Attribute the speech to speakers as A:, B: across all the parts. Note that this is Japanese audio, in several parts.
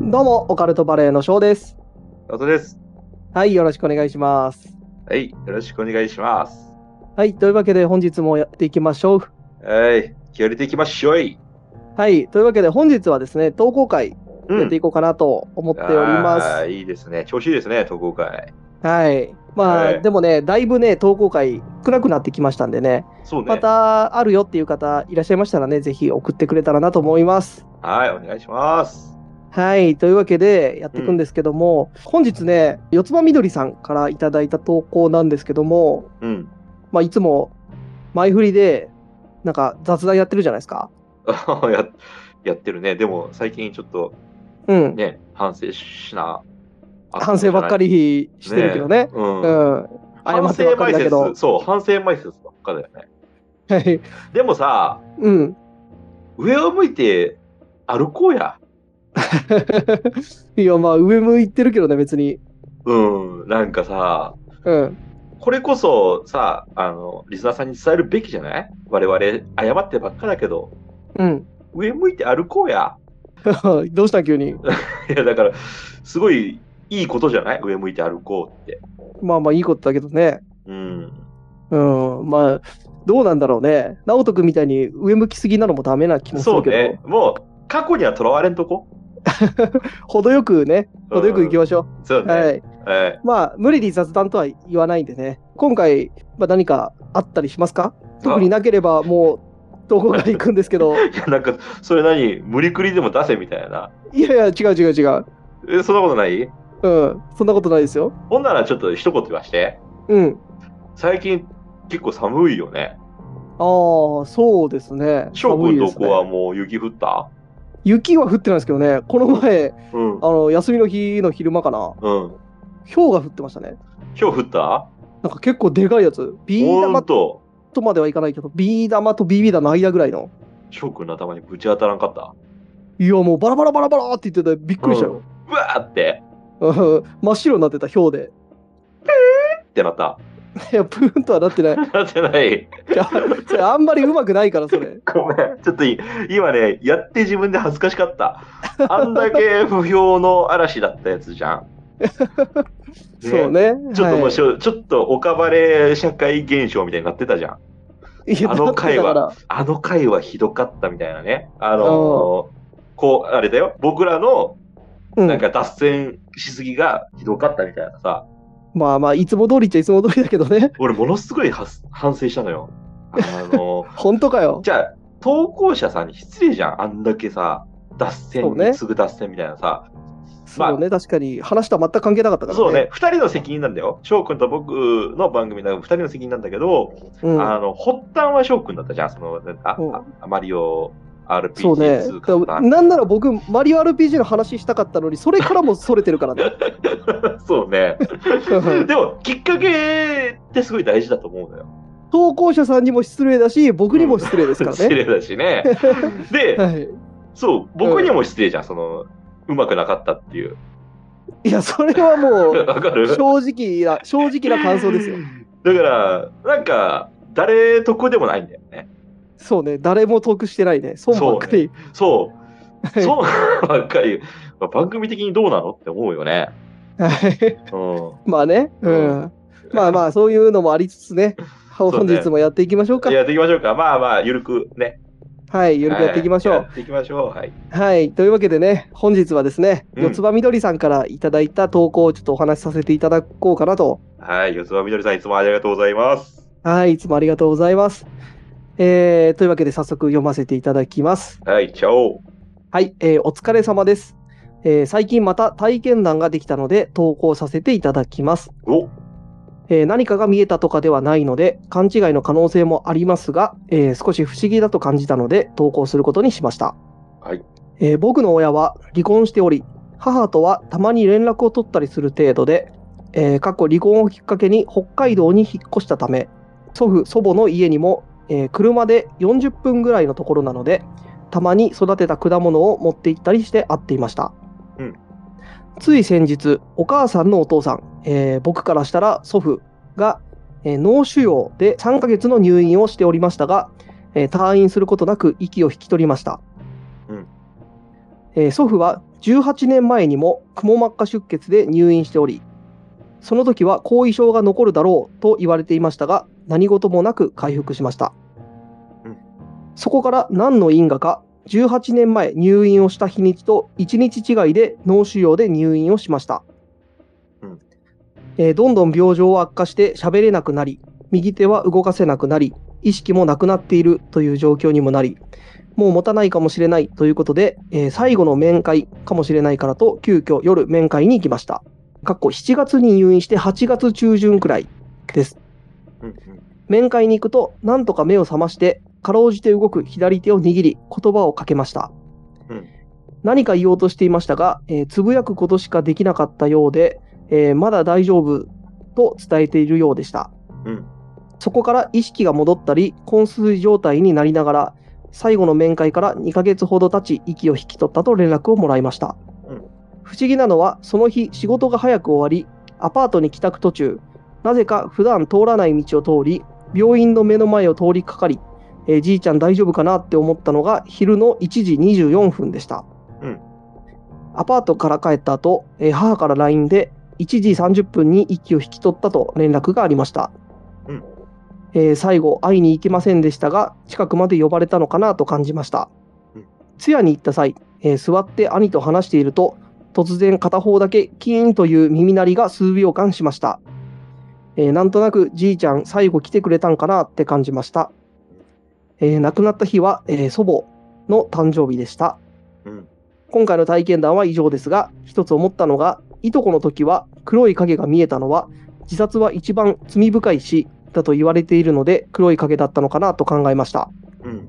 A: どうも、オカルトバレーの翔です。
B: どうぞです。
A: はい、よろしくお願いします。
B: はい、よろしくお願いします。
A: はい、というわけで本日もやっていきましょう。
B: はい、気を入れていきましょい。
A: はい、というわけで本日はですね、投稿会
B: う
A: やっていこうかなと思っております。
B: あーいいですね。調子いいですね、投稿会。
A: はい。まあ、
B: はい
A: でもね、だいぶね、投稿会少なくなってきましたんでね、
B: そうね。
A: またあるよっていう方いらっしゃいましたらね、ぜひ送ってくれたらなと思います。
B: はい、お願いします。
A: はい。というわけで、やっていくんですけども、本日ね、四つ葉みどりさんからいただいた投稿なんですけども、
B: うん。
A: まあ、いつも前振りで、なんか雑談やってるじゃないですか。
B: ややってるね。でも、最近ちょっと
A: うん。
B: ね、反省しな。
A: 反省ばっか
B: り
A: りしてるけどね。
B: うん。
A: うん。謝
B: 反
A: ってばっ
B: 省
A: か
B: 前
A: りだけ
B: 説
A: ど。
B: そう、反省前説ばっかだよね。
A: はい。
B: でもさ、
A: うん。
B: 上を向いて歩こうや。
A: いや、まあ、上向いてるけどね、別に。
B: うん、なんかさ、
A: うん。
B: これこそさ、あの、リスナーさんに伝えるべきじゃない我々、謝ってばっかだけど、
A: うん。
B: 上向いて歩こうや。
A: どうした急に。
B: いや、だから、すごいいいことじゃない上向いて歩こうって。
A: まあまあ、いいことだけどね。
B: うん。
A: うん。まあ、どうなんだろうね。直人君みたいに上向きすぎなのもダメな気もす
B: そう
A: るけど、
B: ね。もう、過去にはとらわれんとこ。
A: 程よくね、程よく行きましょ
B: そう
A: う。
B: ね。
A: はい。
B: はい
A: まあ、無理に雑談とは言わないんでね、今回、まあ、何かあったりしますか特になければ、もう、どこが行くんですけ ど、
B: いや、なんか、それ何無理くりでも出せみたいな。
A: いやいや、違う違う違う。
B: え、そんなことない
A: うん、そんなことないですよ。
B: ほんならちょっと一言言わして。
A: うん。
B: 最近、結構寒いよね。
A: ああ、そうですね。
B: 翔く
A: 寒
B: ん
A: いで
B: と
A: す
B: こは
A: ね。
B: もう雪降った
A: 雪は降ってないですけどね、この前、
B: うん。
A: あの休みの日の昼間かな、
B: うん。
A: 氷が降ってましたね。
B: 今日降った
A: なんか結構でかいやつ、ビー
B: ほ
A: 玉
B: んと。
A: とまではいかないけど、ビー玉とビービー玉の間ぐらいの。
B: 翔くんの頭にぶち当たらんかった。
A: いや、もうバラバラバラバラって言ってて、びっくりしたよ。
B: うわーって
A: うん、真っ白になってた、氷で。
B: ってなった。
A: いや、プーンとはなってない。
B: なってない。
A: いやそれあんまりうまくないから、それ。
B: ごめん。ちょっといい今ね、やって自分で恥ずかしかった。あんだけ不評の嵐だったやつじゃ ん。ね
A: そうね。
B: ちょっともう
A: はい
B: しょ、ちょっとオカバレ社会現象みたいになってたじゃん。
A: いや
B: あの回は
A: だって
B: あの回はひどかったみたいなね。あのーこう、あれだよ。僕らの
A: だから
B: なんか脱線しすぎがひどかったみたいなさ。
A: うん、まあまあ、いつも通りっちゃいつも通りだけどね。
B: 俺ものすごいはす反省したのよ。あのー
A: 本当かよ。
B: じゃあ、投稿者さんに失礼じゃん。あんだけさ、脱
A: そう
B: 線、
A: ね
B: すぐ脱線みたいなさ。まあ
A: そうね、確かに。話とは全く関係なかったからね。
B: そうね、二人の責任なんだよ。翔くんと僕の番組の二人の責任なんだけど、
A: うん。
B: あの、発端は翔くんだったじゃん。その、なんか
A: うん
B: ああマリオ
A: そうね。
B: RPG2
A: だからなんなら僕、マリオ RPG の話したかったのに、それからもそれてるからね。
B: そうね。
A: うん
B: でも、きっかけってすごい大事だと思うのよ。
A: 投稿者さんにも失礼だし、僕にも失礼ですから
B: 失
A: ね。
B: 礼だしね。で、
A: はい、
B: そう、僕にも失礼じゃん。その、うまくなかったっていう。
A: いや、それはも う、
B: わかる
A: 正直な、正直な感想ですよ。
B: だから、なんか、誰得でもないんだよね。
A: そうね、誰も得してないね。損ばっかり。
B: そう。
A: はい
B: そうばっかり。まあ番組的にどうなのって思うよね。
A: はい
B: うん。
A: まあね、うん。まあまあ、そういうのもありつつ ね、本日もやっていきましょうか。
B: やっていきましょうか。まあまあ、ゆるくね。
A: はい、ゆるくやっていきましょう。
B: は
A: はい
B: やっていきましょう。はい。
A: い、というわけでね、本日はですね、
B: うん
A: 四つ葉みどりさんからいただいた投稿をちょっとお話しさせていただこうかなと。
B: はい。四つ葉みどりさん、いつもありがとうございます。
A: はい、いつもありがとうございます。えーというわけで早速読ませていただきます。
B: はい、チャオ。
A: はい、えーお疲れ様です。えー最近また体験談ができたので投稿させていただきます。
B: お
A: えー何かが見えたとかではないので、勘違いの可能性もありますが、えー少し不思議だと感じたので、投稿することにしました。
B: はい
A: えー僕の親は離婚しており、母とはたまに連絡を取ったりする程度で、えー過去離婚をきっかけに北海道に引っ越したため、祖父、祖母の家にも、えー車で40分ぐらいのところなので、たまに育てた果物を持って行ったりして会っていました。つい先日、お母さんのお父さん、えー僕からしたら祖父が、えー脳腫瘍で3ヶ月の入院をしておりましたが、えー退院することなく息を引き取りました。
B: うん
A: えー祖父は18年前にもくも膜下出血で入院しており、その時は後遺症が残るだろうと言われていましたが、何事もなく回復しました
B: うん。
A: そこから何の因果か、18年前入院をした日にちと1日違いで脳腫瘍で入院をしました。
B: うん
A: えーどんどん病状は悪化して喋れなくなり、右手は動かせなくなり、意識もなくなっているという状況にもなり、もう持たないかもしれないということで、えー最後の面会かもしれないからと、急遽夜面会に行きました。かっこ7月に入院して8月中旬くらいです。
B: うんうん
A: 面会に行くと、なんとか目を覚まして、かろうじて動く左手を握り、言葉をかけました。
B: うん
A: 何か言おうとしていましたが、えーつぶやくことしかできなかったようで、えーまだ大丈夫と伝えているようでした。
B: うん
A: そこから意識が戻ったり、昏睡状態になりながら、最後の面会から2ヶ月ほど経ち、息を引き取ったと連絡をもらいました。
B: うん
A: 不思議なのは、その日、仕事が早く終わり、アパートに帰宅途中、なぜか普段通らない道を通り、病院の目の前を通りかかり、えーじいちゃん大丈夫かなって思ったのが昼の1時24分でした。
B: うん
A: アパートから帰った後、えー母から LINE で、1時30分に息を引き取ったと連絡がありました。
B: うん
A: えー最後、会いに行けませんでしたが、近くまで呼ばれたのかなと感じました
B: うん。
A: 通夜に行った際、えー座って兄と話していると、突然片方だけキーンという耳鳴りが数秒間しました。えーなんとなくじいちゃん最後来てくれたんかなって感じました。えー亡くなった日は、えー祖母の誕生日でした。
B: うん
A: 今回の体験談は以上ですが、一つ思ったのが、いとこの時は黒い影が見えたのは、自殺は一番罪深い死だと言われているので、黒い影だったのかなと考えました。
B: うん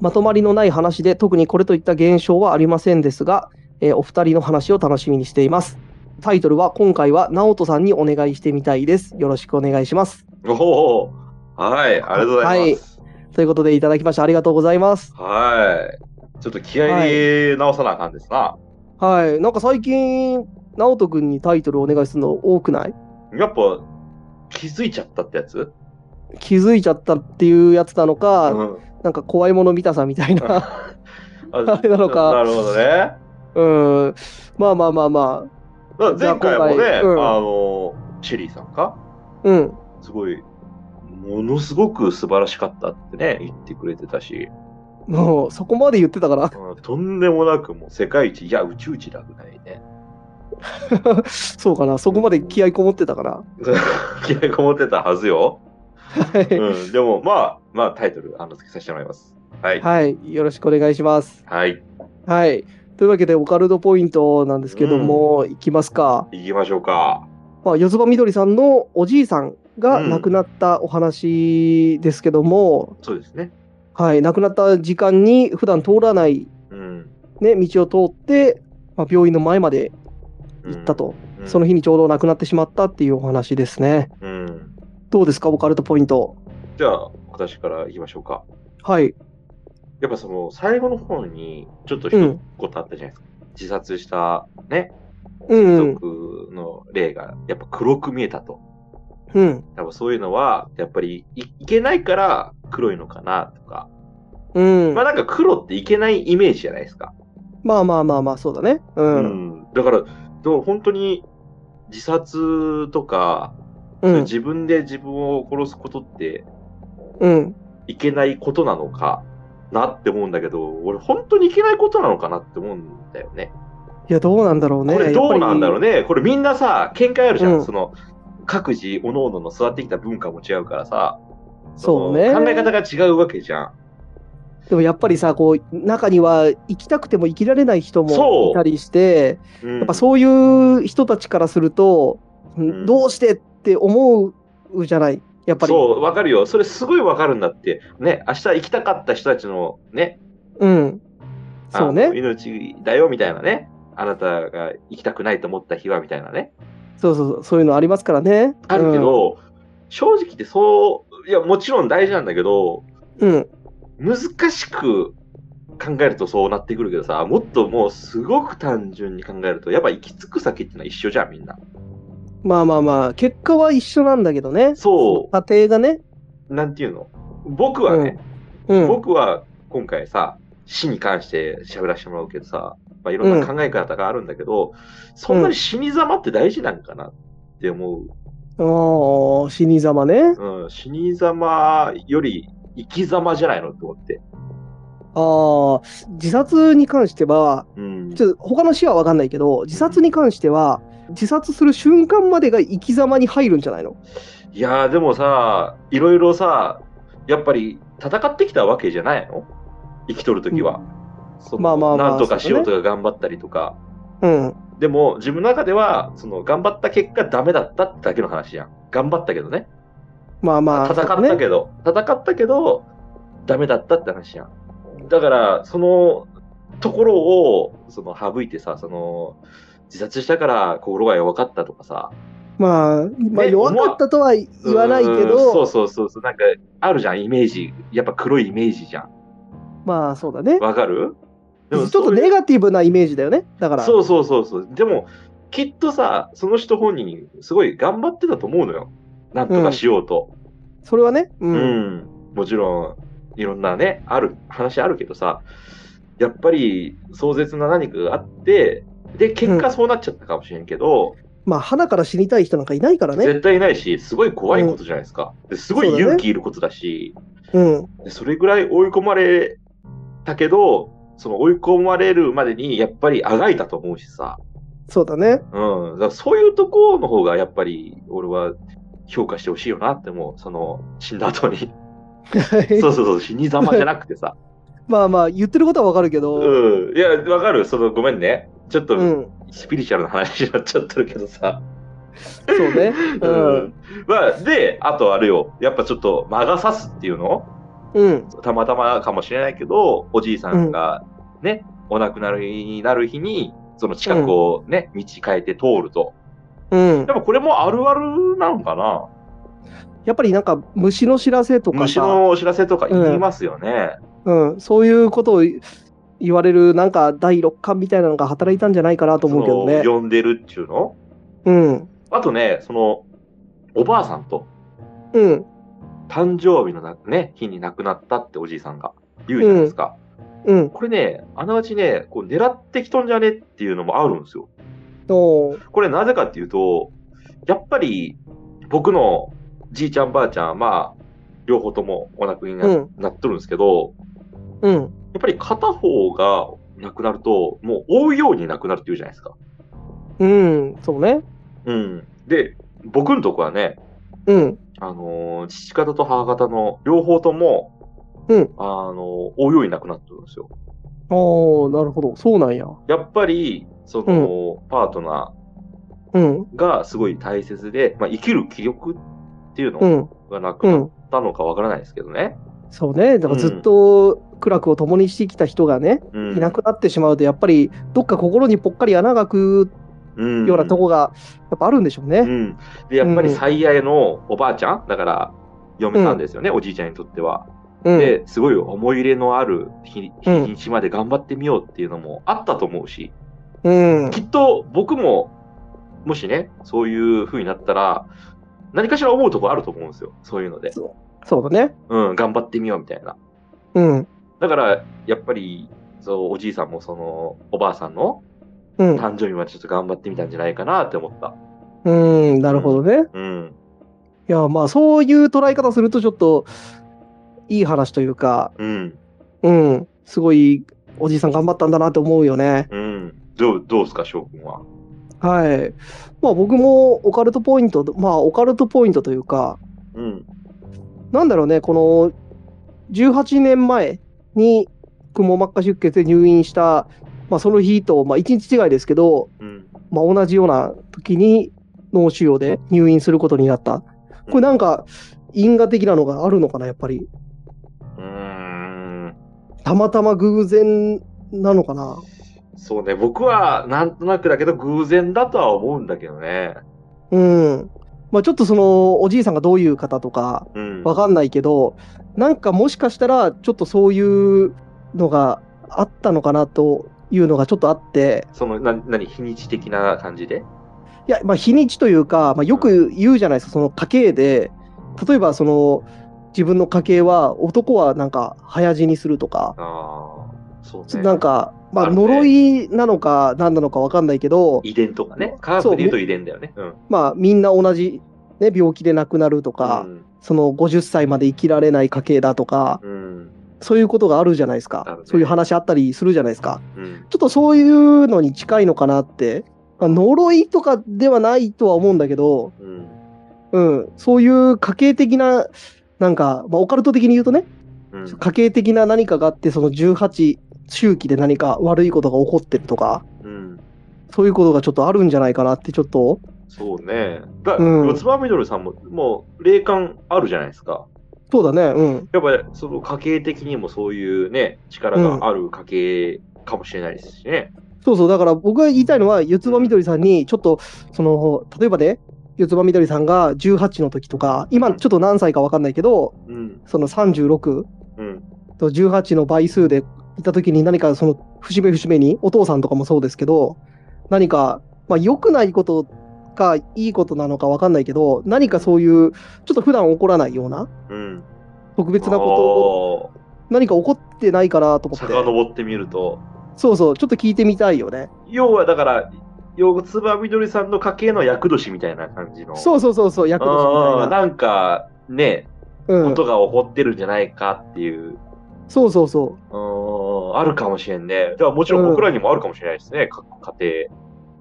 A: まとまりのない話で、特にこれといった現象はありませんですが、えーお二人の話を楽しみにしています。タイトルは今回は直人さんにお願いしてみたいです。よろしくお願いします。
B: おおはいありがとうございます
A: ということでいただきましてありがとうございます。
B: はいちょっと気合い直さなあかんですな、
A: はい。なんか最近、直人くんにタイトルお願いするの多くない
B: やっぱ気づいちゃったってやつ、
A: 気づいちゃったっていうやつなのか、
B: うん、
A: なんか怖いもの見たさみたいな。
B: あ
A: あれなのか
B: なるほどね。
A: うん。まあまあまあま
B: だから前回も
A: じゃ
B: ね、
A: あ今回うん
B: あの、シェリーさん
A: あ。
B: か
A: うん。
B: すごい、ものすごく素晴らしかったってね、言ってくれてたし、
A: もうそこまで言ってたから。
B: うんとんでもなくもう世界一、いや、宇宙一だぐらいね。
A: そうかな。そこまで気合いこもってたから。
B: 気合いこもってたはずよ。
A: は
B: う
A: い
B: ん、でも、まあ、まあ、タイトル、あの、付けさせてもらいます。はい。はい。
A: はい。よろしくお願いします。はい。というわけで、オカルトポイントなんですけども、いきますか。
B: 行きましょうか。
A: まあ、四つ葉みどりさんのおじいさんが亡くなったお話ですけども、
B: そうですね。
A: はい。亡くなった時間に普段通らない、
B: うん。
A: ね、道を通って、まあ、病院の前まで行ったと、
B: うん。
A: その日にちょうど亡くなってしまったっていうお話ですね。
B: うん。
A: どうですか、オカルトポイント。
B: じゃあ、私から行きましょうか。
A: はい。
B: やっぱその最後の方にちょっと一
A: う
B: 言
A: ん
B: あったじゃないですか。自殺したね、
A: うんう
B: 遺
A: ん。
B: 族の例がやっぱ黒く見えたと。
A: うん。
B: やっぱそういうのは、やっぱりいいけないから黒いのかなとか。
A: うん
B: まあ。なんか黒っていけないイメージじゃないですか。
A: まあまあまあまあ、そうだね。う。
B: うんだから、だから本当に自殺とか、
A: うん。
B: 自分で自分を殺すことって
A: うん。
B: いけないことなのかなって思うんだけど、俺本当にいけないことなのかなって思うんだよね。
A: いや、どうなんだろうね。
B: これどうなんだろう
A: ね。
B: ね。これみんなさ、見解あるじゃん。
A: うん
B: その、各自、各々の育ってきた文化も違うからさ、
A: そう
B: そ
A: ね。
B: の考え方が違うわけじゃん。
A: でもやっぱりさ、こう、中には生きたくても生きられない人
B: そう
A: もいたりして、
B: うん
A: やっぱそういう人たちからすると、
B: ん
A: どうしてって思うじゃない。やっぱり。
B: そう、わかるよ。それすごいわかるんだって。ね、明日行きたかった人たちのね、
A: うん。
B: あ
A: そう
B: の
A: ね。
B: 命だよみたいなね。あなたが行きたくないと思った日はみたいなね。
A: そうそうそう、そういうのありますからね。
B: あるけど、正直ってそう、いや、もちろん大事なんだけど、
A: うん。うん。
B: 難しく考えるとそうなってくるけどさもっともうすごく単純に考えるとやっぱ行き着く先ってのは一緒じゃんみんな
A: まあまあまあ、結果は一緒なんだけどね。
B: そ
A: 過程がね。
B: うなんていうの僕はね、
A: うん。
B: 僕は今回さ死に関して喋らせてもらうけどさまあ、いろんな考え方があるんだけど、そんなに死に様って大事なんかなって思う。
A: ああ、死に様ね。
B: うん、死に様より生き様じゃないのって思って。
A: ああ、自殺に関しては、
B: うん。
A: ちょっと他の死は分かんないけど、自殺に関しては、自殺する瞬間までが生き様に入るんじゃないの
B: いやーでもさ、いろいろさ、やっぱり戦ってきたわけじゃないの生きとるときは。その
A: まあまあまあ
B: なんとかしようとか頑張ったりとか。
A: うん。
B: でも、自分の中では、その、頑張った結果ダメだったってだけの話じゃん。頑張ったけどね。
A: まあまあ。
B: 戦った
A: ね。
B: けど、戦ったけど、ダメだったって話じゃん。だから、そのところを、その、省いてさ、その、自殺したから心が弱かったとかさ。
A: まあ、まあ、
B: ね
A: 弱かったとは言わないけ
B: うんそう
A: ど、
B: そうそうそう。なんか、あるじゃん、イメージ。やっぱ黒いイメージじゃん。
A: まあそうだね。
B: わかる
A: ちょっとネ
B: ね
A: ガティブなイメージだよね。だから。
B: そうそうそうそう。でも、きっとさ、その人本人、すごい頑張ってたと思うのよ。なんとかしようと。
A: それはね。う。
B: うんん、もちろんいろんなねある話あるけどさやっぱり壮絶な何かがあってで結果そうなっちゃったかもしれんけど、
A: まあ、花から死にたい人なんかいないからね。
B: 絶対ないしすごい怖いことじゃないですか、ですごい
A: そうだね
B: 勇気いることだし
A: うん。
B: そそれぐらい追い込まれたけどその追い込まれるまでにやっぱりあがいたと思うしさ、
A: そうだね。
B: うん、だからそういうところの方がやっぱり俺は評価してほしいよなって思うその死んだ 後にそうそうそう死にざまじゃなくてさ
A: まあまあ、言ってることはわかるけど、
B: うん。いや、わかる。その、ごめんね。ちょっ
A: う
B: と、
A: ん。
B: スピリチュアルな話になっちゃってるけどさ。
A: そうね。
B: う
A: うん。。
B: まあ、で、あとあれよ。やっぱちょっと、魔が差すっていうの
A: うん。
B: たまたまかもしれないけど、おじいさんが、ね、お亡くなりになる日に、その近くをね、道変えて通ると。
A: うん
B: や。っぱこれもあるあるなんかな。
A: やっぱりなんか、虫の知らせとか
B: 虫
A: さ、
B: のお知らせとか言いますよね。
A: うん。そういうことを言われる、なんか、第六感みたいなのが働いたんじゃないかなと思うけどね
B: そ。の呼んでるっていうの
A: うん。
B: あとね、その、おばあさんと、
A: うん。
B: 誕生日のな、ね、日に亡くなったっておじいさんが言うじゃないですか。
A: うん。
B: これね、あながちね、こう狙ってきとんじゃねっていうのもあるんですよ。
A: おー
B: これなぜかっていうと、やっぱり僕のじいちゃんばあちゃん、まあ、両方ともお亡くなりにな,、
A: うん
B: っとるんですけど、
A: うん。
B: やっぱり片方が亡くなると、もう追うように亡くなるっていうじゃないですか。
A: うん。そうね。
B: うん。で、僕のとこはね、
A: うん。
B: あのー父方と母方の両方とも、
A: うん
B: あのー追うように亡くなってるんですよ。
A: おーなるほど。そうなんや。
B: やっぱり、その、パートナ
A: うん。
B: ーがすごい大切で、まあ、生きる気力っていう
A: う
B: の
A: ん。
B: がなく
A: う
B: なっ
A: ん。
B: たのかわからないですけどね。
A: そうね。だからずっと苦楽を共にしてきた人がね、
B: うん
A: いなくなってしまうと、やっぱりどっか心にぽっかり穴が開く
B: うん
A: ようなとこがやっぱあるんでしょう
B: う
A: ね。
B: ん。で、やっぱり最愛のおばあちゃん、だから、嫁さんですよね、おじいちゃんにとっては。
A: うん。
B: で、すごい思い入れのある日日
A: うん
B: にちまで頑張ってみようっていうのもあったと思うし、
A: うん。
B: きっと僕も、もしね、そういう風になったら、何かしら思うとこあると思うんですよ。そういうので。
A: そうだね。
B: うん、頑張ってみようみたいな。
A: うん。
B: だから、やっぱり、そう、おじいさんもその、おばあさんの
A: うん。
B: 誕生日までちょっと頑張ってみたんじゃないかなって思った。
A: うん。なるほどね。
B: うん。
A: いや、まあそういう捉え方するとちょっといい話というか、
B: うん。
A: うん。すごいおじいさん頑張ったんだなって思うよね。
B: うん。どう、どうすか、翔くんは。
A: はい。まあ僕もオカルトポイント、まあオカルトポイントというか、
B: うん。
A: なんだろうね、この18年前にくも膜下出血で入院した、まあ、その日と、まあ、1日違いですけど、
B: うん。
A: まあ、同じような時に脳腫瘍で入院することになった。これなんか因果的なのがあるのかな、やっぱり。
B: うーん。
A: たまたま偶然なのかな。
B: そうね、僕は、なんとなくだけど、偶然だとは思うんだけどね。
A: うん。まあ、ちょっとそのおじいさんがどういう方とか
B: うん。
A: わかんないけど、なんかもしかしたらちょっとそういうのがあったのかなというのがちょっとあって、
B: その、な、なに、日にち的な感じで。
A: いや、まあ、日にちというか、まあ、よく言うじゃないですか、その家系で、例えばその自分の家系は、男はなんか早死にするとか、
B: ああ、そう
A: つ
B: ね。
A: なん、かま
B: あ
A: あ、
B: るね
A: 呪いなのか何なのか分かんないけど、
B: 遺伝とかね。科学で言うと遺伝だよね。うん。
A: まあ、みんな同じ、ね、病気で亡くなるとか、
B: うん
A: その50歳まで生きられない家系だとか、
B: うん。
A: そういうことがあるじゃないですか
B: あるね。
A: そういう話あったりするじゃないですか。
B: うん。
A: ちょっとそういうのに近いのかなって、まあ、呪いとかではないとは思うんだけど、
B: うん。
A: うん、そういう家系的な、なんか、まあ、オカルト的に言うとね、
B: うん。
A: 家系的な何かがあって、その18周期で何か悪いことが起こってるとか、
B: うん。
A: そういうことがちょっとあるんじゃないかなって、ちょっと、
B: そうね。だ、
A: うん
B: 四つ葉みどりさんも、もう、霊感あるじゃないですか。
A: そうだね、うん。
B: やっぱり、その家系的にもそういうね、力がある家系かもしれないですしね。
A: そうそう、だから僕が言いたいのは、四つ葉みどりさんに、ちょっと、その、例えばね、四つ葉みどりさんが18の時とか、今ちょっと何歳か分かんないけど、
B: うん。
A: その36
B: うん。
A: と18の倍数でいた時に何かその節目節目に、お父さんとかもそうですけど、何か、まあ良くないことかいいことなのか分かんないけど、何かそういう、ちょっと普段起こらないような、
B: うん。
A: 特別なことを、
B: こ
A: 何か起こってないかなと思って、
B: 遡ってみると、
A: そうそう、ちょっと聞いてみたいよね。
B: 要はだから、四つ葉みどりさんの家系の厄年みたいな感じの。
A: そううそうそうそう、役年みた
B: ん
A: いな。
B: なんか、ね、
A: うん
B: ことが起こってるんじゃないかっていう、
A: そうそうそう。
B: うん、あるかもしれんね。ではもちろん僕らにもあるかもしれないですね、か家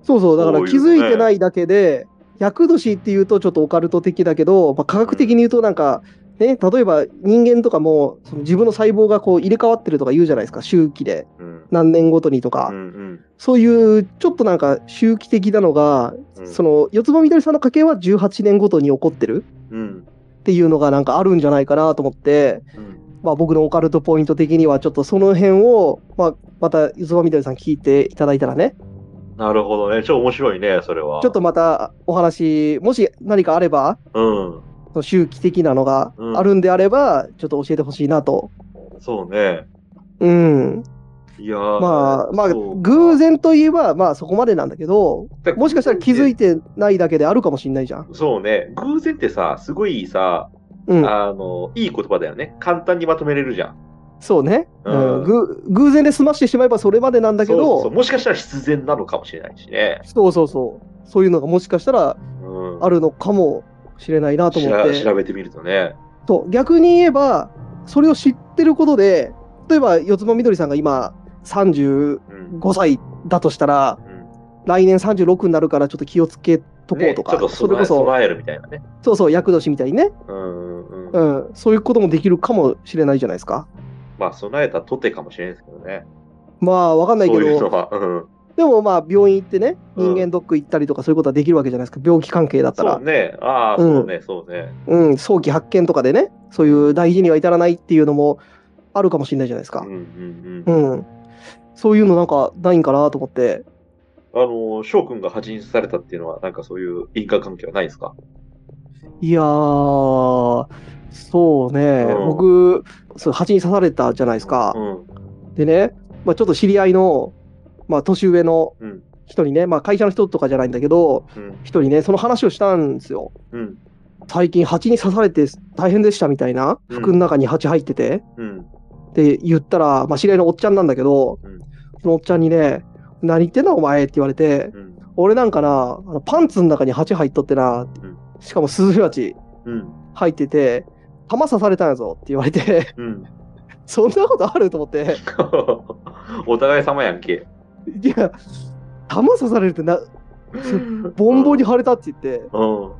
A: そうそう、だから
B: そういう
A: 気
B: のね
A: づいてないだけで、厄年っていうとちょっとオカルト的だけど、まあ、科学的に言うとなんか、ね、例えば人間とかもその自分の細胞がこう入れ替わってるとか言うじゃないですか、周期で
B: 庭。うん。
A: 何年ごとにとか、
B: うんうん
A: そういうちょっとなんか周期的なのが、
B: うん。
A: その四つ葉みどりさんの家系は18年ごとに起こってる
B: うん。
A: っていうのがなんかあるんじゃないかなと思って、
B: うん。
A: まあ、僕のオカルトポイント的にはちょっとその辺を、まあ、また四つ葉みどりさん聞いていただいたらね、
B: なるほどね。超面白いね、それは。
A: ちょっとまたお話、もし何かあれば、
B: う
A: その周期的なのがあるんであれば、ちょっと教えてほしいなと。
B: ん。そうね。
A: うん。
B: いや
A: まあ、まあ、偶
B: 然。
A: 然といえば、まあそこまでなんだけど、
B: だ
A: もしかしたら気づいてないだけであるかもしれないじゃん。
B: そうね。偶然ってさ、すごいさ、
A: うん。
B: あの、いい言葉だよね。簡単にまとめれるじゃん。
A: そうね。う
B: うん
A: ん。ぐ偶然で済ましてしまえばそれまでなんだけ
B: そう
A: ど、
B: そ
A: そうう
B: もしかしたら必然なのかもしれないしね。
A: そうそうそう。いうのがもしかしたら
B: うん、
A: あるのかもしれないなと思っ
B: しら
A: て。
B: 調べてみるとね。
A: そう。逆に言えば、それを知ってることで、例えば四つ葉みどりさんが今35
B: うん
A: 歳だとしたら、
B: うん
A: 来年36になるからちょっと気をつけとこうとか、
B: ねちょっと
A: それ
B: 備え
A: こそ、
B: 備えるみたいなね。
A: そうそう、厄年みたいにね、
B: うんうんうん。
A: うん、そういうこともできるかもしれないじゃないですか。
B: まあ、備えたとてかもしれないですけどね。
A: まあ、わかんないけ
B: そういう
A: ど、
B: のは。うん、
A: でもまあ、病院行ってね、
B: うん
A: 人間ドック行ったりとか、そういうことはできるわけじゃないですか、病気関係だった
B: そ
A: ら
B: う、ね。ああ、
A: うん
B: そうね、そうね。
A: うん、早期発見とかでね、そういう大事には至らないっていうのもあるかもしれないじゃないです
B: うん
A: か
B: う。んう。
A: うんん、そういうのなんかないんかなと思って、
B: あの、翔くんが発人されたっていうのは、なんかそういう因果関係はないですか
A: いやー、そうね、
B: うん
A: 僕、そう蜂に刺されたじゃないですか。
B: うん。
A: でね、まあ、ちょっと知り合いの、まあ、年上の
B: うん。
A: 人にね、まあ、会社の人とかじゃないんだけど、
B: うん。
A: 人にね、その話をしたんですよ。
B: うん。
A: 最近、蜂に刺されて大変でしたみたいな、
B: うん
A: 服の中に蜂入ってて、
B: うん。
A: って言ったら、まあ、知り合いのおっちゃんなんだけど、
B: うん
A: そのおっちゃんにね、何言ってんだお前って言われて、
B: うん。
A: 俺なんかな、あのパンツの中に蜂入っとってな、
B: ん
A: しかもスズメバチ
B: うん。
A: 入ってて、弾刺されたんやぞって言われて、
B: うん。
A: そんなことあると思って。
B: お互い様やんけ。
A: いや、弾刺されるってな、ボンボンに腫れたって言って、
B: うん。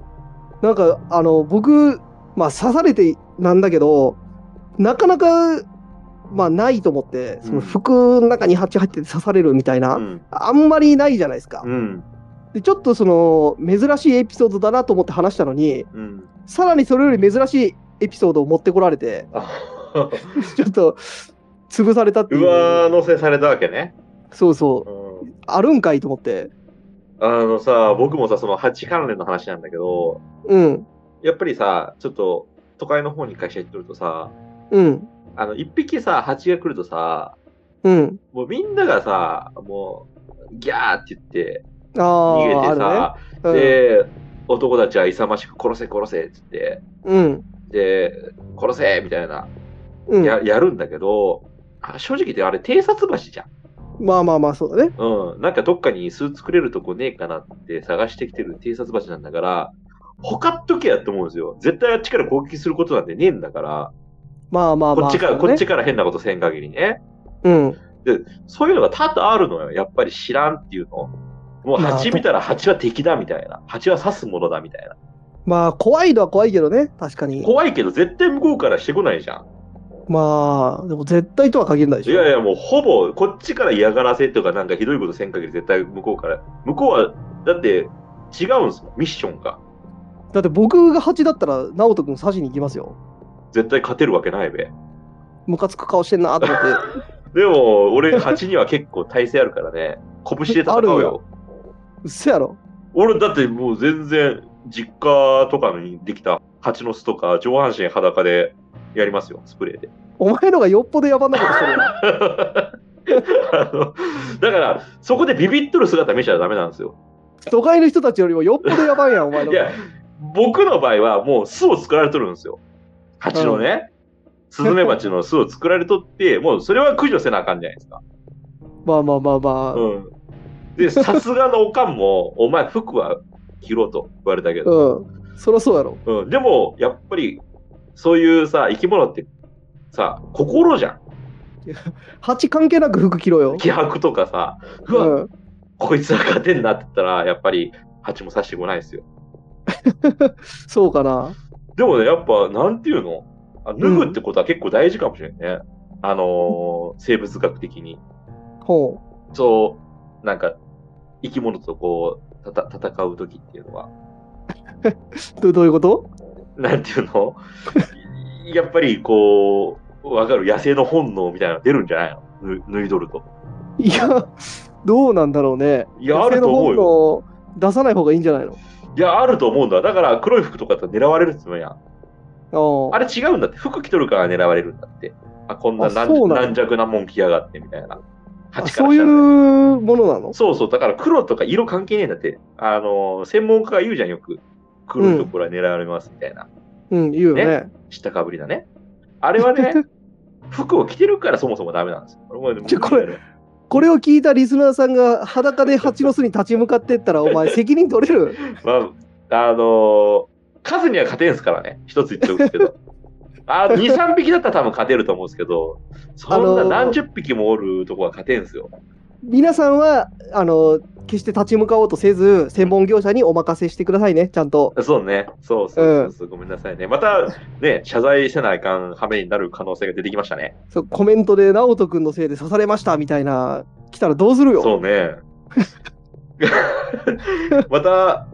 A: なんか、あの、僕、まあ、刺されてなんだけど、なかなか、まあ、ないと思って、そ
B: うん
A: の服の中に蜂入って刺されるみたいな、
B: うん。
A: あんまりないじゃないですか
B: う。ん。
A: で、ちょっとその、珍しいエピソードだなと思って話したのに、
B: うん。
A: さらにそれより珍しいエピソードを持ってこられて、
B: あ
A: ちょっと、潰されたっていう。
B: 上乗せされたわけね。
A: そうそう。
B: うん
A: あるんかいと思って。
B: あのさ、僕もさ、その蜂関連の話なんだけど、
A: うん。
B: やっぱりさ、ちょっと都会の方に会社行ってるとさ、
A: うん。
B: あの、一匹さ、蜂が来るとさ、
A: うん。
B: もうみんながさ、もう、ギャーって言って、
A: あ
B: 逃げて
A: あ、あ
B: さ、
A: るね。
B: で、男たちは勇ましく殺せ殺せって言っ
A: う
B: て、
A: ん。
B: で、殺せみたいな、
A: うん。うん
B: ややるんだけど、あ正直言ってあれ偵察橋じゃん。
A: まあまあまあ、そうだね。
B: うん、なんかどっかに巣作れるとこねえかなって探してきてる偵察鉢なんだから、ほかっとけやって思うんですよ。絶対あっちから攻撃することなんてねえんだから、
A: まあまあまあ。
B: こっちから、
A: そう
B: こ
A: だ
B: っ
A: ね
B: ちから変なことせん限りね。
A: うん。
B: そういうのが多々あるのよ。やっぱり知らんっていうの。もう
A: まあ
B: 蜂見たら蜂は敵だみたいな。蜂は刺すものだみたいな。
A: まあ、怖いのは怖いけどね、確かに。
B: 怖いけど絶対向こうからしてこないじゃん。
A: まあ、でも絶対とは限らないで
B: い
A: しょ。
B: やいや、もうほぼ、こっちから嫌がらせとかなんかひどいことせん限り絶対向こうから。向こうは、だって違うんですもん、ミッションが。
A: だって僕が蜂だったら、直人君刺しに行きますよ。
B: 絶対勝てるわけないべ。
A: ムカつく顔してんなと思って。
B: でも、俺、蜂には結構耐性あるからね。拳で戦
A: ある
B: うよ
A: よ。うっせやろ。
B: 俺、だってもう全然、実家とかにできた蜂の巣とか、上半身裸でやりますよ、スプレーで。
A: お前のがよっぽど野蛮なことしてるよ。
B: あのだから、そこでビビっとる姿見せちゃダメなんですよ。
A: 都会の人たちよりもよっぽど野蛮やん、お前の
B: い。や、僕の場合はもう巣を作られとるんですよ。蜂のね。スズメバチの巣を作られとって、 もうそれは駆除せなあかんじゃないですか。
A: まあまあまあまあ。
B: うん。で、さすがのおかんも、 お前服は着ろと言われたけど。
A: うん。そりゃそうやろ。
B: うん。でも、やっぱり、そういうさ、生き物って、さ、心じゃん。
A: 蜂関係なく服着ろよ。
B: 気迫とかさ、 うわ、
A: うん、
B: こいつは勝てんなって言ったら、やっぱり、蜂も刺してこないですよ。
A: そうかな。
B: でもね、やっぱ、なんていうのあ脱ぐってことは結構大事かもしれんね。あのー生物学的に。
A: ほ
B: そう、なんか、生き物とこう、たた戦うときっていうのは、
A: う。どどういうこと
B: なんていうの やっぱりこう、わかる野生の本能みたいなの出るんじゃないのぬ脱いどると。
A: いや、どうなんだろうね。
B: いや
A: 女性の
B: あると思
A: 本能出さない方がいいんじゃないの
B: いや、あると思うんだ。だから黒い服とかだって狙われるっつもんやん。
A: あ
B: あ
A: あ
B: れ違うんだって。服着とるから狙われるんだって。あ、こんな
A: あ
B: 軟
A: そうなの
B: 軟弱なもん着やがってみたいな。
A: あ
B: 蜂か
A: そ
B: ら
A: う
B: し
A: い
B: た
A: う
B: らね
A: ものなの
B: そうそう、だから黒とか色関係ねえんだって。あのー専門家が言うじゃん、よく。黒いところは狙われますみたいな。
A: うん、言うよね。
B: 知ったかぶりだね。あれ はね、服を着てるからそもそもダメなんですよ。俺もね
A: ちょこれ。これを聞いたリスナーさんが裸で蜂の巣に立ち向かってったら、お前責任取れる
B: まあ、あのー数には勝てんすからね。一つ言っておく けど。あの、2、3匹だったら多分勝てると思うんですけど、そん
A: あ
B: な
A: のー
B: 何十匹もおるとこは勝てんすよ。
A: 皆さんは、あの、決して立ち向かおうとせず、専門業者にお任せしてくださいね、ちゃんと。
B: そうね。そうそうそうそう、ごめんなさいね。また、ね、謝罪せないかん羽目になる可能性が出てきましたね。
A: そうコメントで、直人君のせいで刺されましたみたいな、来たらどうするよ。
B: そう ね。また、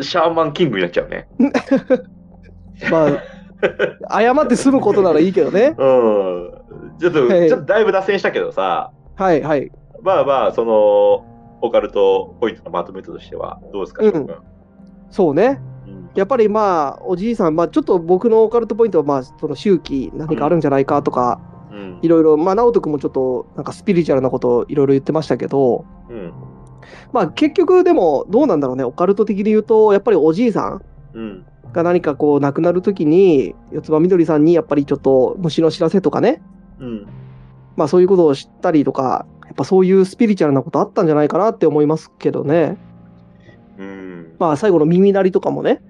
B: シャーマンキングになっちゃうね。
A: まあ、 謝って済むことならいいけどね。
B: うん。ちょっと、
A: はい
B: ちょっとだいぶ脱線したけどさ、
A: はいはい。
B: まあまあ、その、オカルトポイントのまとめとしては、どうですか、
A: うん
B: 翔くん
A: そうね。
B: うん
A: やっぱりまあ、おじいさん、まあ、ちょっと僕のオカルトポイントは、まあ、その周期、何かあるんじゃないかとか、
B: うん
A: いろいろ、まあ、直人君もちょっと、なんかスピリチュアルなことをいろいろ言ってましたけど、
B: うん
A: まあ、結局でも、どうなんだろうね、オカルト的で言うと、やっぱりおじいさん
B: うん
A: が何かこう、亡くなるときに、四つ葉みどりさんに、やっぱりちょっと、虫の知らせとかね、
B: うん
A: まあ、そういうことを知ったりとか、やっぱそういうスピリチュアルなことあったんじゃないかなって思いますけどね。
B: うん
A: まあ最後の耳鳴りとかもね、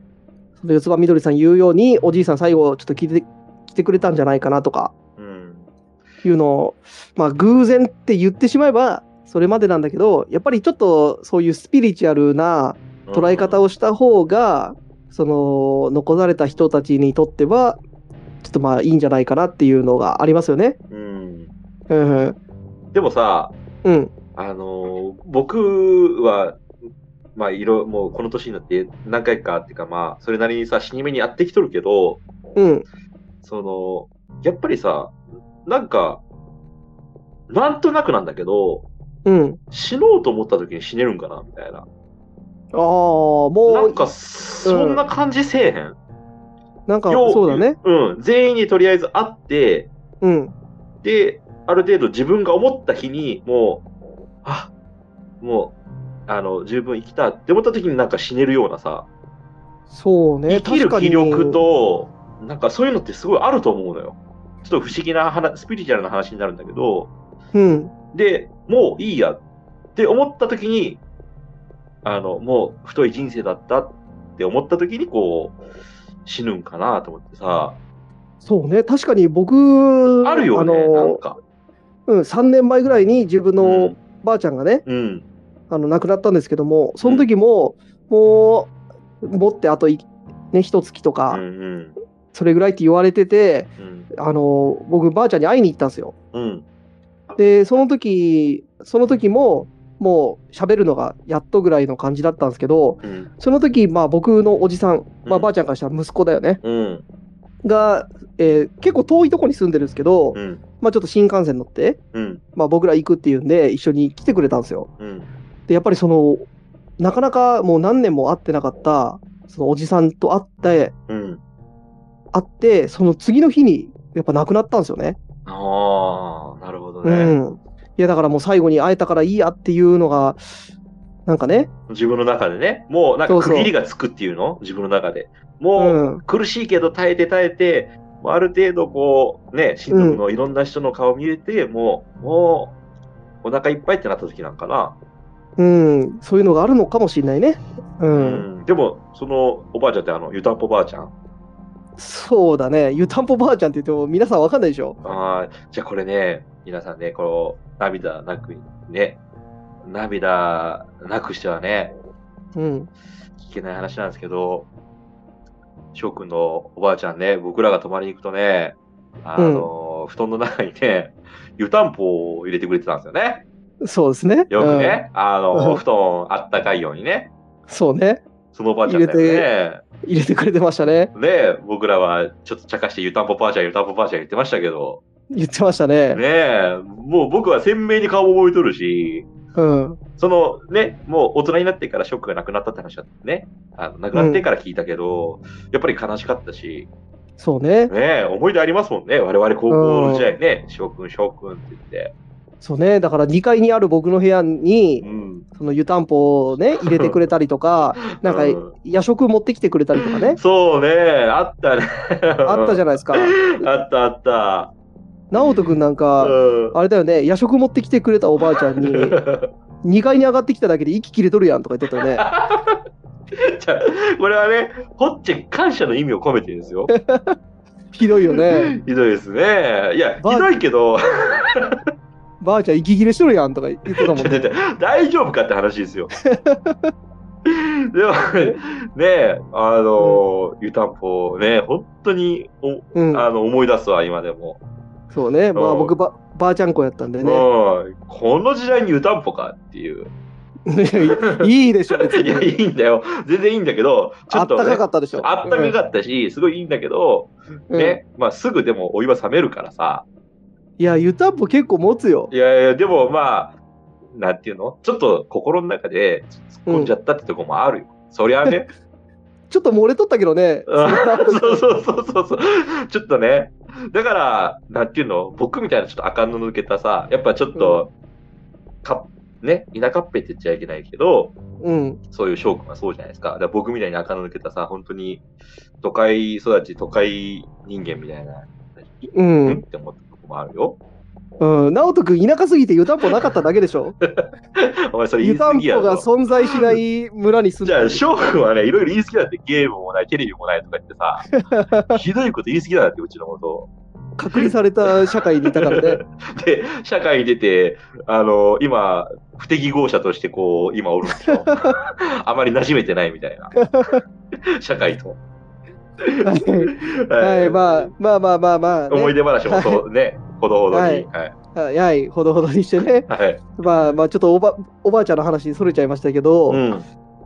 A: その四つ葉みどりさん言うように、おじいさん最後ちょっと聞いて来てくれたんじゃないかなとか
B: うん
A: いうのを、まあ偶然って言ってしまえば、それまでなんだけど、やっぱりちょっとそういうスピリチュアルな捉え方
B: を。
A: をした方が、その残された人たちにとっては、ちょっとまあいいんじゃないかなっていうのがありますよね。
B: うん
A: うんうん。
B: でもさ、
A: うん。
B: あのー僕は、まあ、いろ、もうこの年になって何回かっていうか、まあ、それなりにさ、死に目にやってきとるけど、
A: うん。
B: その、やっぱりさ、なんか、なんとなくなんだけど、
A: うん。
B: 死のうと思った時に死ねるんかなみたいな。
A: ああ、もう、
B: なんか、そんな感じせえへん。
A: なんか
B: 要
A: そうだね。。
B: うん。全員にとりあえず会って、
A: うん。
B: で、ある程度自分が思った日に、もう、あ、もう、あの、十分生きたって思った時になんか死ねるようなさ、
A: そうね。
B: 生き
A: 確
B: る
A: かに
B: 気力と、なんかそういうのってすごいあると思うのよ。ちょっと不思議な話、スピリチュアルな話になるんだけど、
A: うん。
B: で、もういいやって思った時に、あの、もう太い人生だったって思った時に、こう、死ぬんかなと思ってさ、
A: そうね、確かに僕、
B: あるよね、なん
A: の
B: か。
A: うん、3年前ぐらいに自分
B: う
A: の
B: ん
A: ばあちゃんがね、
B: うん。
A: あの亡くなったんですけども、その時も、もう、持ってあとい、ね、一月と
B: う
A: か、
B: んうん。
A: それぐらいって言われてて、
B: うん。
A: あの僕、ばあちゃんに会いに行ったんですよ。
B: うん。
A: で、その時その時も、もう喋るのがやっとぐらいの感じだったんですけど、
B: うん。
A: その時まあ僕のおじさん、まあ、
B: うん
A: ばあちゃんからしたら息子だよね、
B: うん。
A: が、えー結構遠いとこに住んでるんですけど、
B: うん。
A: まあ、ちょっと新幹線乗って、
B: うん。
A: まあ、僕ら行くっていうんで、一緒に来てくれたんですよ。
B: うん。
A: で、やっぱりその、なかなかもう何年も会ってなかった、そのおじさんと会って、
B: うん。
A: 会って、その次の日に、やっぱ亡くなったんですよね。
B: ああ、なるほど
A: う
B: ね。
A: ん。いや、だからもう最後に会えたからいいやっていうのが、なんかね、
B: 自分の中でね、もうなんか
A: そうそう
B: 区切りがつくっていうの自分の中で。
A: う。
B: もうん苦しいけど耐えて耐えて、もうある程度こう、ね、親族のいろんな人の顔見れて、もう、もう、お腹いっぱいってなった時なんかな。
A: うん。そういうのがあるのかもしれないね。うん。
B: うんでも、そのおばあちゃんってあの、ゆたんぽばあちゃん。
A: そうだね。湯たんぽばあちゃんって言っても皆さんわかんないでしょ。
B: ああ、じゃあこれね、皆さんね、この涙なく、ね、涙なくしてはね、
A: うん。
B: 聞けない話なんですけど、翔くんのおばあちゃんね、僕らが泊まりに行くとね、あの、布団の中にね、湯たんぽを入れてくれてたんですよね。
A: そうですね。
B: よくね、あの、
A: うん
B: お布団あったかいようにね、
A: うん。そうね。
B: そのおばあちゃんだよ
A: 入れてくれてましたね。
B: ね。ね僕らはちょっと茶化して湯たんぽばあちゃん、湯たんぽばあちゃん言ってましたけど、
A: 言ってましたね。
B: ねもう僕は鮮明に顔も覚えとるし、
A: うん。
B: そのね、もう大人になってからショックがなくなったって話だったね。あの、なくなってから聞いたけど、やっぱり悲しかったし、
A: そうね。
B: ねえ、思い出ありますもんね。我々高校の時代ね、翔くん、翔くんって言って。
A: そうね。だから2階にある僕の部屋に
B: う、ん。
A: その湯たんぽをね、入れてくれたりとか、なんか
B: うん
A: 夜食持ってきてくれたりとかね。
B: そうね、あったね。
A: あったじゃ
B: ゃ
A: ないですか。
B: ん。 あったあった。
A: 直人くんなんか、
B: うん。
A: あれだよね、夜食持ってきてくれたおばあちゃんに、2階に上がってきただけで息切れとるやんとか言ってたよね。
B: じゃあ これはね、ホッチェ感謝の意味を込めてで すよ。
A: ひどいよね。
B: ひどいですね。いや、ひ
A: ばあ
B: どいけど、
A: ばあちゃん息切れしとるやんとか言ってたもん
B: ちょちょ
A: ね。
B: ちょ大丈夫かって話ですよ。 でもねえ、あの、湯たんぽね、本当にお、
A: うん。
B: あの思い出すわ、今でも。
A: そうね。ま
B: う
A: あ
B: ん
A: 僕ば、ばあちゃん子やったんでね。
B: うん、この時代に湯たんぽかっていう。
A: いいでしょ、別
B: いや、
A: に。
B: いいんだよ。全然いいんだけど、ちょ
A: あっ
B: っと、
A: た
B: ね、
A: かかったでしょ。
B: あったかかったし、すごいいいんだけど、
A: うん
B: ね、まあすぐでもお湯は冷めるからさ。
A: いや、湯たんぽ結構持つよ。
B: いやいや、でもまあ、なんていうのちょっと心の中で突っ込んじゃったってとこもあるよ。そり ゃね。
A: ちょっと漏れとったけどね。
B: うんそうそうそうそうそう。ちょっとね。だから、なんていうの僕みたいなちょっと赤の抜けたさ、やっぱちょっと、か、ね、田舎っぺって言っちゃいけないけど、
A: うん。
B: そういう翔くんはそうじゃないですか。だから僕みたいに垢抜けたさ、本当に都会育ち、都会人間みたいな、
A: う
B: うんん。って思ったとこもあるよ。
A: うん。直人君、田舎すぎて湯たんぽなかっただけでしょ。
B: お前そ れ言
A: 湯
B: い
A: た
B: 過
A: ん
B: ぎや
A: ぽ
B: ろ
A: が。存在し ない村に住ん
B: じ
A: で
B: ゃあ、
A: る。
B: 翔くんはね、いろいろ言い過ぎだって、ゲームもない、テレビもないとか言ってさ、 ひどいこと言い過ぎだって、うちのこと。
A: 隔離された社会にいたから ね。
B: で、社会に出て、あの、今、不適合者としてこう、今おるんです よ。あまり馴染めてないみたいな。 社会と。
A: はい、はい、ま
B: あ
A: あ、まあまあまあまあ、ね。
B: 思い出話もそ うね、ほどほどに。はい。
A: はい、はい、ほどほどにしてね。
B: はい。
A: まあまあ、ちょっとおば、おばあちゃんの話にそれちゃいましたけど、
B: うん。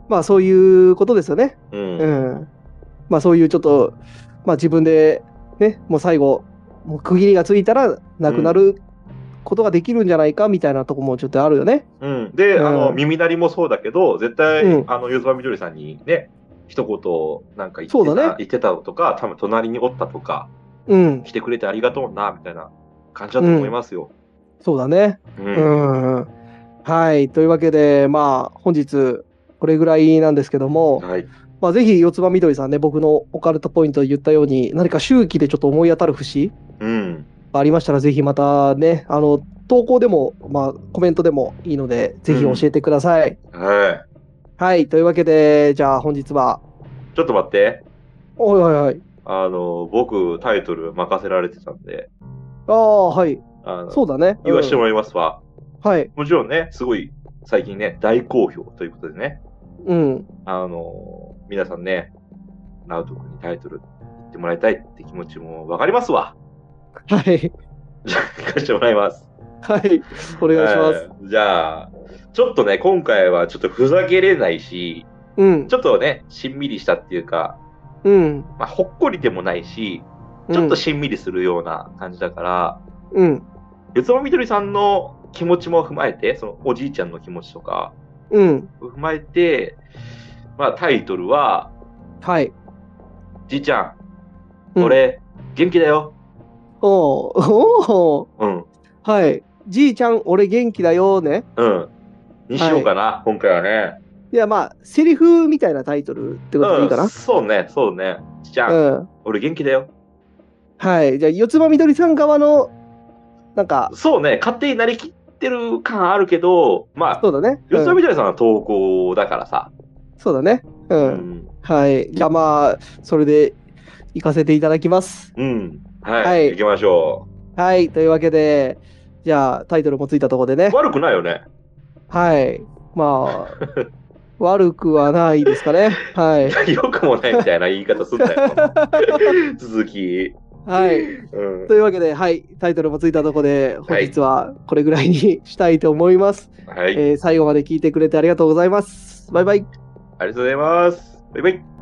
A: まあそういうことですよね。
B: う。
A: うんん。まあそういうちょっと、まあ自分で、ね、もう最後、もう区切りがついたら、なくなることができるんじゃないかみたいなとこもちょっとあるよね。
B: うん。で、あの、
A: うん
B: 耳鳴りもそうだけど、絶対、
A: うん
B: あの、ゆずばみどりさんにね、一言なんか言ってた、
A: そうだね
B: 言ってたとか、多分隣におったとか、
A: うん、
B: 来てくれてありがとうな、みたいな感じだと思いますよ。
A: そうだね。
B: うん。
A: うんうんはい。というわけで、まあ、本日、これぐらいなんですけども、
B: はい。
A: まあ、ぜひ、四つ葉みどりさんね、僕のオカルトポイントで言ったように、何か周期でちょっと思い当たる節
B: うん。
A: がありましたら、ぜひまたね、あの、投稿でも、まあ、コメントでもいいので、ぜひ教えてください。
B: は
A: はい。というわけで、じゃあ本日は、
B: い。ちょっと待って。
A: おいはいはい。
B: あの、僕、タイトル任せられてたんで、
A: ああ、はい。
B: あの、
A: そうだね。
B: 言わせても
A: うん
B: らいますわ。
A: はい。
B: もちろんね、すごい、最近ね、大好評ということでね、
A: うん。
B: あの、皆さんね、ナウト君にタイトル言ってもらいたいって気持ちもわかりますわ。
A: はい。
B: じゃあ、行かせてもらいます。
A: はい。お願いします。
B: えーじゃあ、ちょっとね、今回はちょっとふざけれないし、
A: うん
B: ち。ょっとね、しんみりしたっていうか、
A: うん。
B: まあ、ほっこりでもないし、
A: うん
B: ちょっとしんみりするような感じだから、
A: うん。
B: 四つ葉みどりさんの気持ちも踏まえて、そのおじいちゃんの気持ちとか
A: うん。
B: 踏まえて、まあ、タイトルは、
A: はい。
B: じいちゃ
A: うん
B: ん、俺、元気だよ。
A: おーおー
B: うん、
A: はい。じいちゃん、俺元気だよね。
B: うん。にしようかな、今回はね。
A: いや、まあ、セリフみたいなタイトルってことでいいか
B: うん、
A: な。
B: そうね、そうね。じいちゃん、
A: うん。
B: 俺元気だよ。
A: はい。じゃあ、四つ葉みどりさん側の、なんか、
B: そうね、勝手になりきってる感あるけど、まあ、
A: そうだね。
B: 四つ
A: う
B: 葉
A: ん
B: みどりさんは投稿だからさ。
A: そうだね。う。
B: うんん。
A: はい。じゃあ、まあ、それで、行かせていただきます。
B: うん。はい。
A: はい
B: 行きましょ
A: はい。というわけで、じゃあ、タイトルもついたところでね
B: う。。 悪くないよね。
A: はい。 まあ、悪くはないですかね。はい。
B: 良くもないみたいな言い方すんだよ。続き。
A: はい。
B: う ん
A: と。いうわけで、はい。タイトルもついたところで、本日はこれぐらいにしたいと思います。
B: はい。あり
A: えー最後まで聞いてくれてありがとうございます。バイバイ。
B: がとうございます。バイバイ。